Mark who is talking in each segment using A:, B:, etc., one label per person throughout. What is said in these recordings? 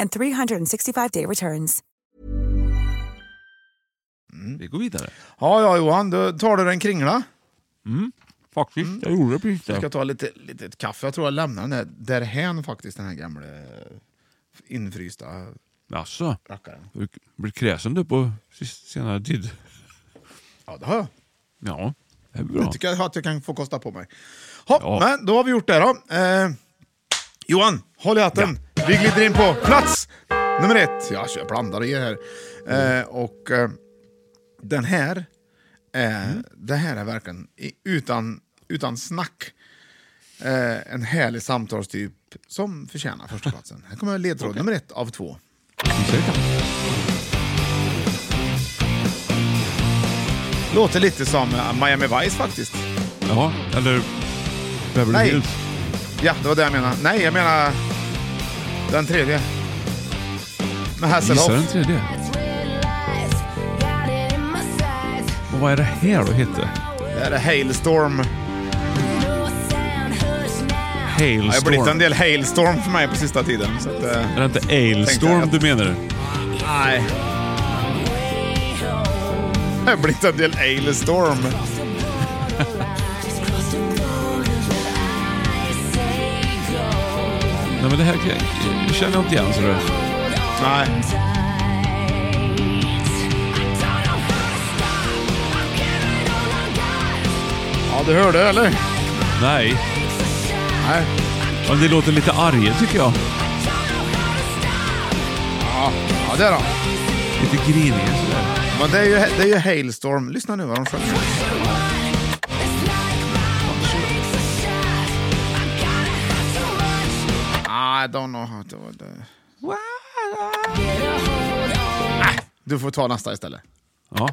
A: and 365-day returns.
B: Vi går vidare.
C: Ja, ja Johan, då tar du en kringla.
B: Mm. Faktiskt, jag gjorde precis
C: Mm. Jag ska
B: det.
C: ta lite, lite kaffe. Jag tror jag lämnar den där därhän faktiskt, den här gamla infrysta
B: Jaså?
C: rackaren.
B: Du blir kräsen du på sis- senare tid.
C: Ja, det har jag.
B: Ja, det är
C: Det
B: bra.
C: tycker jag att jag kan få kosta på mig. Hopp,
B: Ja.
C: men då har vi gjort det då. Eh, Johan, håll i hatten. Vi glider in på plats nummer ett. Ja, så jag blandar i här. Eh, och eh, den här, eh,
B: Mm.
C: det här är verkligen i- utan, utan snack. Eh, en härlig samtalstyp som förtjänar första platsen. Här kommer ledtråd nummer ett av två. Låter lite som eh, Miami Vice faktiskt.
B: Ja, eller Beverly
C: Nej.
B: Hills.
C: Ja, det var det jag menade. Nej, jag menar den tredje. Med
B: Gissa den
C: Hasselhoff.
B: tredje. Och vad är det här då hette?
C: Det här är Hailstorm. Det har blivit en
B: Hailstorm.
C: del Hailstorm för mig på sista tiden. Så att, eh,
B: Är det inte Ailstorm
C: Tänkte
B: du menar?
C: nej. Det har blivit en del Hailstorm.
B: Nej men det här kan- känner jag inte igen så du.
C: Nej. Ja, du hörde eller?
B: Nej.
C: Nej.
B: Men det låter lite arg tycker jag.
C: Ja, ja det är de.
B: Lite griniga sådär.
C: Men det är ju, det är ju Hailstorm. Lyssna nu vad de sjunger. I don't know how to... Nej, Du får ta nästa istället.
B: Ja.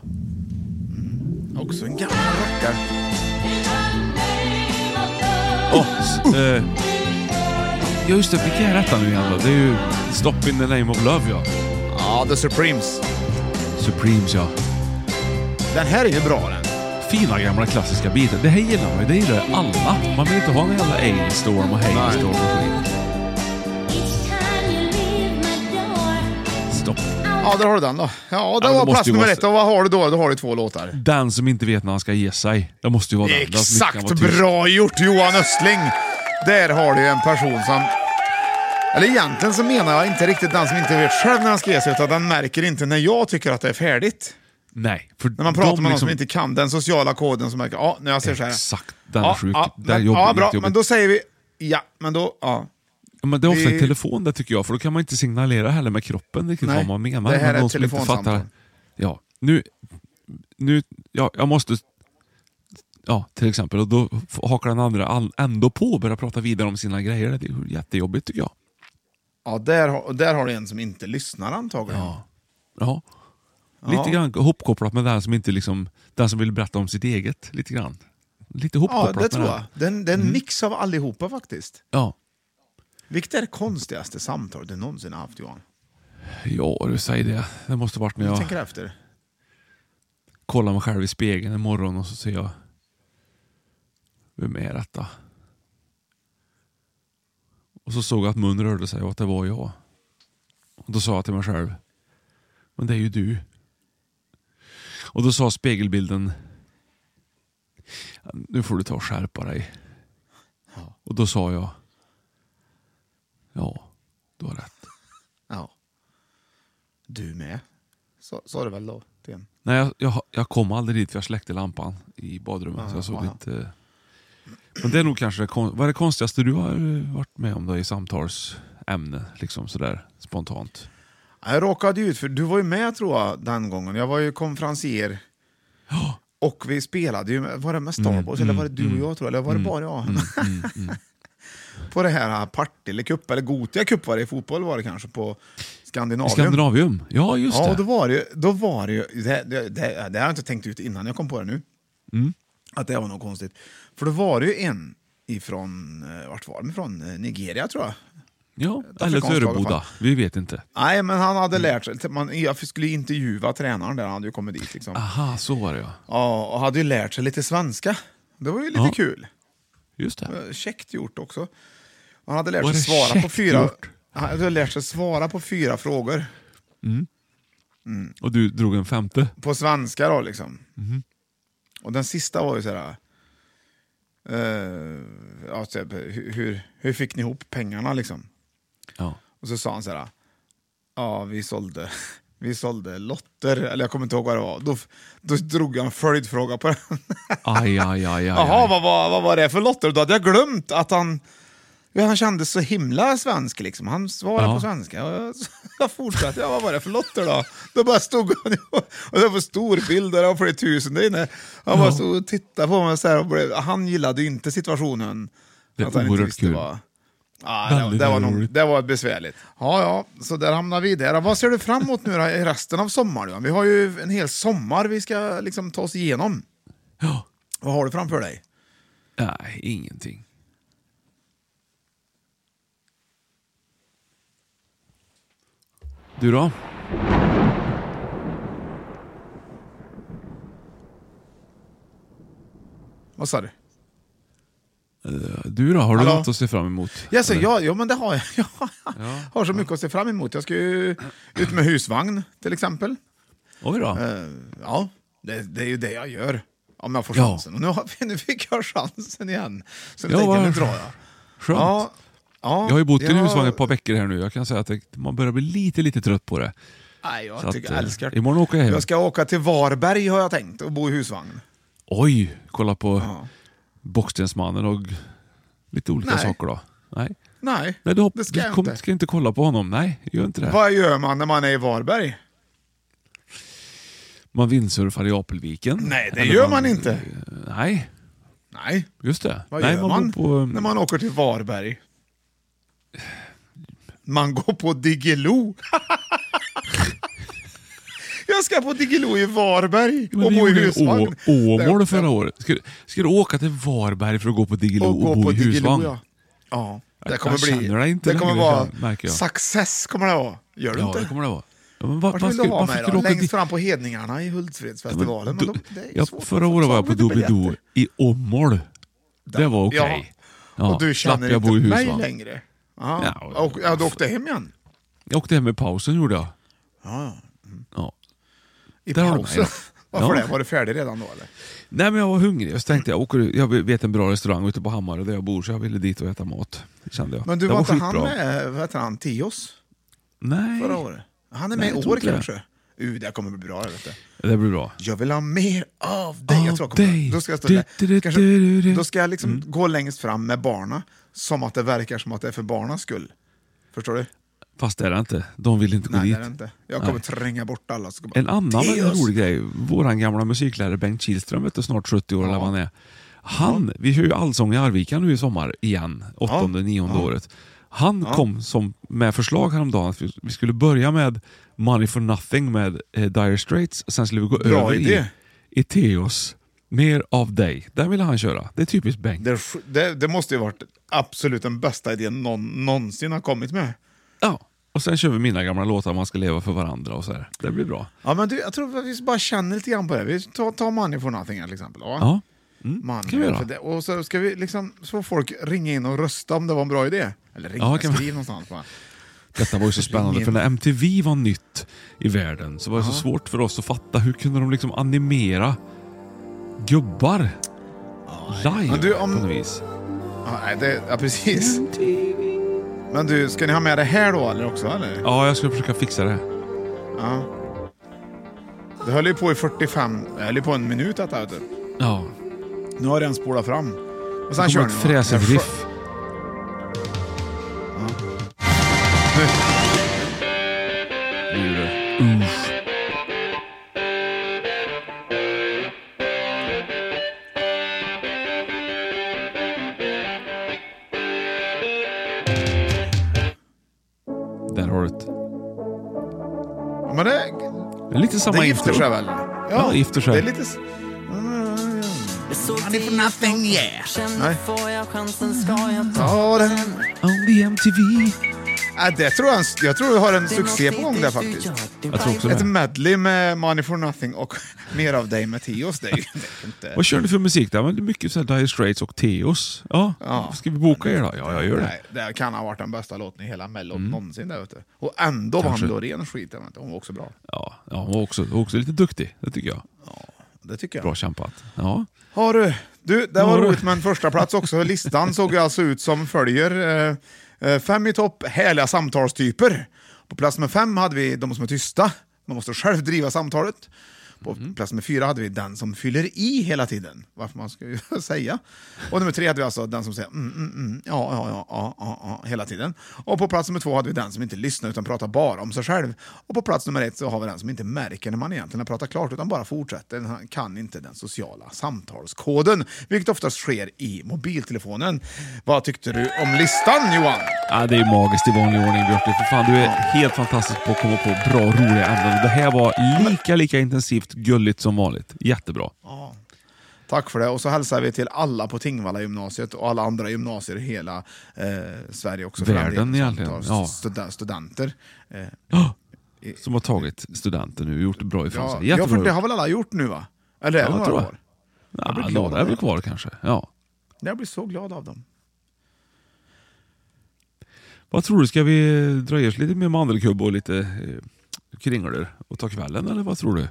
C: Också en gammal rackare.
B: Åh! s- eh, ja just det, vilka är detta nu igen då? Det är ju Stop in the name of love ja.
C: Ja, The Supremes.
B: Supremes ja.
C: Den här är ju bra den.
B: Fina gamla klassiska bitar. Det här gillar man ju. Det gillar ju alla. Man vill inte ha någon jävla Ailstorm och Hailstorm och skit. Stopp.
C: Ja, där har du den då. Ja, det
B: men det
C: var plats
B: måste ju
C: nummer
B: vara-
C: ett. Och vad har du då? Då har du två låtar.
B: Den som inte vet när han ska ge sig. Det måste ju vara den. Den som inte kan
C: Exakt!
B: vara tyst.
C: Bra gjort Johan Östling! Där har du en person som... Eller egentligen så menar jag inte riktigt den som inte vet själv när han ska ge sig, utan den märker inte när jag tycker att det är färdigt.
B: Nej. För
C: När man pratar med någon
B: liksom-
C: som inte kan den sociala koden som märker, ja, när jag ser så här.
B: Exakt, den är
C: ja,
B: sjuk.
C: Ja,
B: Den är
C: men,
B: jobbig,
C: ja, bra,
B: jättejobbig.
C: men då säger vi, ja, men då, ja.
B: Ja, Men det är ofta
C: Det-
B: en telefon där tycker jag, för då kan man inte signalera heller med kroppen riktigt
C: Nej,
B: vad man menar.
C: det här
B: men
C: är
B: någon
C: ett
B: som inte
C: telefonsamtal.
B: fattar- Ja, nu... nu ja, jag måste... Ja, till exempel. Och då f- hakar den andra all, ändå på och börjar prata vidare om sina grejer. Det är ju jättejobbigt tycker jag.
C: Ja, där, har- och där har du en som inte lyssnar antagligen.
B: Ja. ja. Lite grann hopkopplat med den som inte liksom... Den som vill berätta om sitt eget, lite grann. Lite
C: Ja,
B: hopkopplat
C: det
B: med
C: tror
B: den.
C: jag. Det är en, det är en mix av allihopa faktiskt.
B: Ja.
C: Vilket är det konstigaste samtalet du någonsin har haft Johan?
B: Ja du, säg det. Det måste varit när
C: Jag
B: jag
C: tänker efter.
B: kollar mig själv i spegeln en morgon och så ser jag... Vem är detta? Och så såg jag att mun rörde sig och att det var jag. Och då sa jag till mig själv. Men det är ju du. Och då sa spegelbilden. Nu får du ta och skärpa dig. Och då sa jag. Ja, du har rätt.
C: Ja. Du med, sa sa du väl då? Till en.
B: Nej, jag, jag, jag kom aldrig dit för jag släckte lampan i badrummet. så jag såg
C: aha.
B: inte... Men det är nog kanske det, kon- vad är det konstigaste du har eh, varit med om då i samtalsämne? Liksom sådär spontant.
C: Jag råkade ju ut, för du var ju med tror jag den gången. Jag var ju konferencier. Och vi spelade ju, med- var det med Starbucks eller var det du och jag tror jag, eller var det bara jag? på det här ah, Partille Cup, eller Gotia Cup var det i fotboll var det kanske, på Skandinavium.
B: Skandinavium? Ja, just
C: Ja,
B: det.
C: och då var det ju, då var det, ju det, det, det, det har jag inte tänkt ut innan jag kom på det nu.
B: Mm.
C: Att det var något konstigt. För då var det ju en ifrån, eh, vart var de ifrån? Eh, Nigeria tror jag.
B: ja, eller
C: afrikanskt lag i alla
B: Töreboda. Vi vet inte.
C: Nej, men han
B: Mm.
C: hade lärt sig, man, jag skulle ju intervjua tränaren där, han hade ju kommit dit liksom.
B: Aha, så var det ja.
C: Ja, och hade ju lärt sig lite svenska. Det var ju lite
B: Ja.
C: kul.
B: Just det.
C: Eh, Käckt gjort också. Han hade lärt
B: Var
C: sig
B: det
C: svara på
B: käckt
C: fyra...
B: gjort?
C: Han hade lärt sig svara på fyra frågor.
B: Och du drog en femte.
C: På svenska då liksom. Och den sista var ju så här... eh, ja, typ, hur, hur- hur fick ni ihop pengarna liksom?
B: Ja.
C: Och så sa han så här, ja vi sålde, vi sålde lotter, eller jag kommer inte ihåg vad det var. Då, då drog jag en följdfråga på den.
B: Aj, aj, aj, aj.
C: Jaha,
B: aj.
C: vad, var- vad var det för lotter? Då hade jag glömt att han, ja, han kändes så himla svensk liksom. Han svarade
B: Ja.
C: på svenska. Och jag, jag fortsatte, ja, vad var det för lotter då? Då bara stod han och det var storbilder av flera tusen där inne. Han bara stod och tittade på mig så här och blev, han gillade ju inte situationen.
B: Det är
C: han inte
B: oerhört
C: visste
B: kul.
C: vad- Ja, det,
B: Väldigt
C: det, var nog,
B: roligt.
C: det var besvärligt. Ja, ja, så där hamnar vi där. Vad ser du fram emot nu då, i resten av sommaren? Johan? Vi har ju en hel sommar vi ska liksom ta oss igenom.
B: Ja.
C: Vad har du framför dig?
B: Nej, ingenting. Du då?
C: Vad sa du?
B: Du då? Har du
C: Hallå?
B: något att se fram emot?
C: Jaså,
B: Eller?
C: ja, ja, men det har jag. Jag har så mycket att se fram emot. Jag ska ju ut med husvagn till exempel.
B: Oj då.
C: Eh, Ja, det, det är ju det jag gör. Om jag får
B: Ja.
C: chansen. Och nu, har, nu fick jag chansen igen. Så nu
B: Ja,
C: tänker jag, nu
B: vad
C: drar jag.
B: Skönt.
C: ja,
B: jag har ju bott i en
C: jag-
B: husvagn ett par veckor här nu. Jag kan säga att det- man börjar bli lite, lite trött på det.
C: Nej, jag
B: Så
C: tycker
B: att,
C: jag
B: eh,
C: älskar det.
B: imorgon åker jag hem.
C: Jag ska åka till Varberg har jag tänkt och bo i husvagn.
B: Oj, kolla på Bockstensmannen och lite olika
C: Nej.
B: saker då. Nej,
C: Nej,
B: Nej du, hopp,
C: det ska
B: du
C: jag
B: kom,
C: inte.
B: ska inte kolla på honom. Nej, gör inte det.
C: Vad gör man när man är i Varberg?
B: Man vindsurfar i Apelviken.
C: Nej, det
B: Eller Eh,
C: gör man inte.
B: Nej,
C: Nej,
B: just det.
C: vad
B: Nej,
C: gör man,
B: bor på, eh,
C: när man åker till Varberg? Man går på Diggiloo. jag ska på Diggiloo i Varberg
B: Men
C: och
B: vi
C: bo i
B: gjorde ju
C: husvagn.
B: Å- Åmål förra året. Ska, du- ska du åka till Varberg för att gå på Diggiloo och, bo i husvagn?
C: ja. ja. Det
B: Jag
C: kommer bli...
B: känner dig inte
C: det kommer
B: längre,
C: vara...
B: märker jag.
C: Success kommer det vara. Gör du
B: Ja,
C: inte?
B: det kommer det vara. Ja, men va-
C: Vart
B: va
C: vill
B: ska-
C: du ha
B: varför
C: mig
B: ska du
C: då?
B: åka
C: Längst
B: dit?
C: fram på Hedningarna i
B: Men
C: Hultsfredsfestivalen. Men,
B: du-
C: de, det är ju
B: ja,
C: svårt
B: förra
C: att få
B: året var jag på
C: tag i
B: Doobidoo
C: biljetter.
B: i Åmål. Det var okej. Ja,
C: och du
B: slapp
C: känner
B: jag bo i
C: inte mig
B: husvagn.
C: längre. Ja.
B: Ja,
C: och, ja, du åkte hem igen?
B: Jag åkte hem i pausen gjorde jag.
C: Ja. Mm.
B: Ja.
C: I
B: Där har du mig
C: pausen?
B: då.
C: Varför
B: Ja.
C: det? Var du färdig redan då eller?
B: Nej men jag var hungrig så tänkte jag, åker, jag vet en bra restaurang ute på Hammarö där jag bor så jag ville dit och äta mat. Kände jag.
C: Men du
B: det
C: var, inte han
B: skitbra.
C: med, vad heter han, Tios?
B: Nej,
C: Förra året? Han är med
B: Nej, jag
C: i
B: tror
C: år
B: inte det.
C: kanske? Uh, det här kommer bli bra det vet du.
B: det blir bra.
C: Jag vill ha mer av dig. jag tror jag
B: Av
C: kommer-
B: dig.
C: Då ska jag, stå
B: Du,
C: där.
B: du, du,
C: Kanske,
B: du, du. Mm.
C: Då ska jag liksom gå längst fram med barna som att det verkar som att det är för barnas skull. Förstår du?
B: Fast det är det inte. De vill inte gå
C: Nej,
B: dit.
C: det är det inte. Jag kommer tränga bort alla. Så kommer-
B: En annan väldigt
C: Theos!
B: rolig grej, våran gamla musiklärare Bengt Kihlström, vet du, snart 70 år eller vad han är. Han, vi kör ju Allsång i Arvika nu i sommar igen, åttonde, nionde året. Han kom som, med förslag häromdagen att vi, vi skulle börja med Money for Nothing med eh, Dire Straits, sen skulle vi gå
C: Bra
B: över
C: idé.
B: i, i Theos Mer av dig. Den ville han köra. Det är typiskt Bengt.
C: Det, är sj- det, det måste ju varit absolut den bästa idén någon någonsin har kommit med.
B: Ja. Och sen kör vi mina gamla låtar, man ska leva för varandra och så här. Det blir bra.
C: Ja, men du, jag tror att vi bara känner lite grann på det. Vi tar, tar Money for Nothing här till exempel. Va?
B: Ja. Mm.
C: Money
B: kan vi göra.
C: for det. Och så ska vi liksom, så får folk ringa in och rösta om det var en bra idé. Eller ringa,
B: Ja, kan man-
C: skriv någonstans bara.
B: Detta var ju så spännande, för när MTV var nytt i världen så var det så svårt för oss att fatta hur kunde de liksom animera gubbar live
C: Men du,
B: på
C: om-
B: något vis.
C: Ja, nej, det, ja precis. Men du, ska ni ha med det här då eller också? Eller?
B: Ja, jag ska försöka fixa det.
C: Ja. Det höll ju på i 45, det höll ju på en minut detta vet du.
B: Ja.
C: Nu har jag redan spolat fram. Och sen
B: Det
C: kör
B: kommer
C: ni.
B: ett
C: va?
B: fräsigt
C: Ja,
B: riff. Nu är det. Usch. Där har du det.
C: Ja, men det,
B: Det är Lite samma
C: det gifter
B: intro.
C: sig väl?
B: Ja, gifter sig.
C: Det är lite... s- Money for nothing, yeah. Nej. Ta den.
B: On the MTV.
C: Ja, det tror jag, jag tror vi har en succé på gång där faktiskt.
B: Jag tror också
C: Ett
B: det.
C: medley med Money for nothing och Mer av dig med Teos. Det är ju det är inte...
B: Vad kör ni för musik där? Men det är mycket så här Dire Straits och Teos. Ja.
C: Ja.
B: Ska vi boka er då? Ja, jag gör det. Mm.
C: Nej, det här kan ha varit den bästa låten i hela mellon någonsin. Där, vet du. Och ändå
B: Kanske.
C: vann Loreen skiten. vet du. Hon var också bra.
B: Ja, ja hon var också, hon var också lite duktig. Det tycker jag.
C: Det tycker jag.
B: Bra kämpat. Ja.
C: Har du, du, det
B: Har
C: var
B: du?
C: roligt med en första plats också. Listan såg ju alltså ut som följer. Eh, eh, Fem i topp, härliga samtalstyper. På plats nummer fem hade vi de som är tysta. Man måste själv driva samtalet. På plats nummer fyra hade vi den som fyller i hela tiden. Varför man ska ju säga. Och nummer tre hade vi alltså den som säger mm, mm, mm, ja, ja, ja, ja, ja, ja, hela tiden. Och på plats nummer två hade vi den som inte lyssnar utan pratar bara om sig själv. Och på plats nummer ett så har vi den som inte märker när man egentligen har pratat klart utan bara fortsätter. Han kan inte den sociala samtalskoden, vilket oftast sker i mobiltelefonen. Vad tyckte du om listan Johan?
B: Ja, det är ju magiskt i vanlig ordning Björte. För fan, du är helt fantastisk på att komma på bra, roliga ämnen. Det här var lika, lika intensivt gulligt som vanligt. Jättebra.
C: Tack för det. Och så hälsar vi till alla på Tingvalla gymnasiet och alla andra gymnasier i hela eh, Sverige också. för den
B: Världen
C: delen, som
B: egentligen,
C: tar
B: ja.
C: stud- Studenter. Eh,
B: Som har tagit studenten nu och gjort det bra ifrån
C: ja,
B: sig.
C: ja, för det
B: Jättebra.
C: har väl alla gjort nu va? Eller är
B: Ja,
C: det några
B: tror jag.
C: kvar?
B: Ja,
C: blir glad
B: några är
C: av
B: väl
C: det.
B: kvar kanske. Ja.
C: Jag blir så glad av dem.
B: Vad tror du? Ska vi dra i oss lite mer mandelkubb och lite eh, kringlor och ta kvällen eller vad tror du?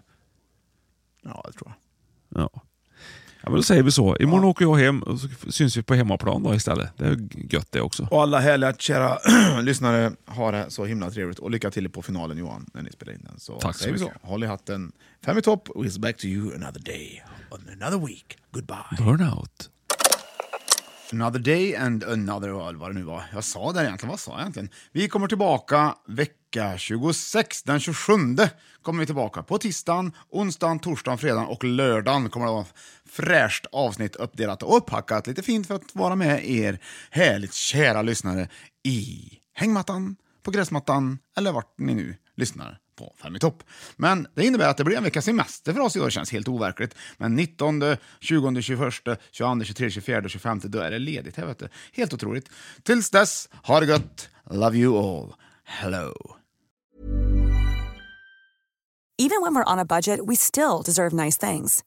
C: Ja, det tror jag.
B: Ja. ja men då säger vi så. Imorgon åker jag hem och så syns vi på hemmaplan då istället. Det är gött det också.
C: Och alla härliga kära lyssnare, ha det så himla trevligt. Och lycka till på finalen Johan, när ni spelar in den. Så
B: Tack så
C: säger vi
B: mycket.
C: Så. Håll i hatten. Fem i topp, we'll back to you another day, on another week. Goodbye.
B: Burnout.
C: Another day and another world, vad det nu var. Jag sa det egentligen, vad sa jag egentligen? Vi kommer tillbaka vecka 26, den 27 kommer vi tillbaka på tisdagen, onsdagen, torsdagen, fredagen och lördagen kommer det vara fräscht avsnitt uppdelat och upphackat lite fint för att vara med er härligt kära lyssnare i hängmattan, på gräsmattan eller vart ni nu lyssnar på Fem i topp. Men det innebär att det blir en veckas semester för oss i år. Det känns helt overkligt. Men 19, 20, 21, 22, 23, 24, 25, då är det ledigt. Här, vet du. Helt otroligt. Tills dess, ha det gött. Love you all. Hello.
A: Even when we're on a budget, we still deserve nice things.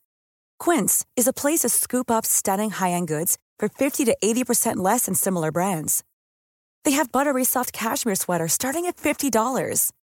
A: Quince is a place to scoop up stunning high-end goods for 50 to 80% less than similar brands. They have buttery soft cashmere sweaters starting at $50,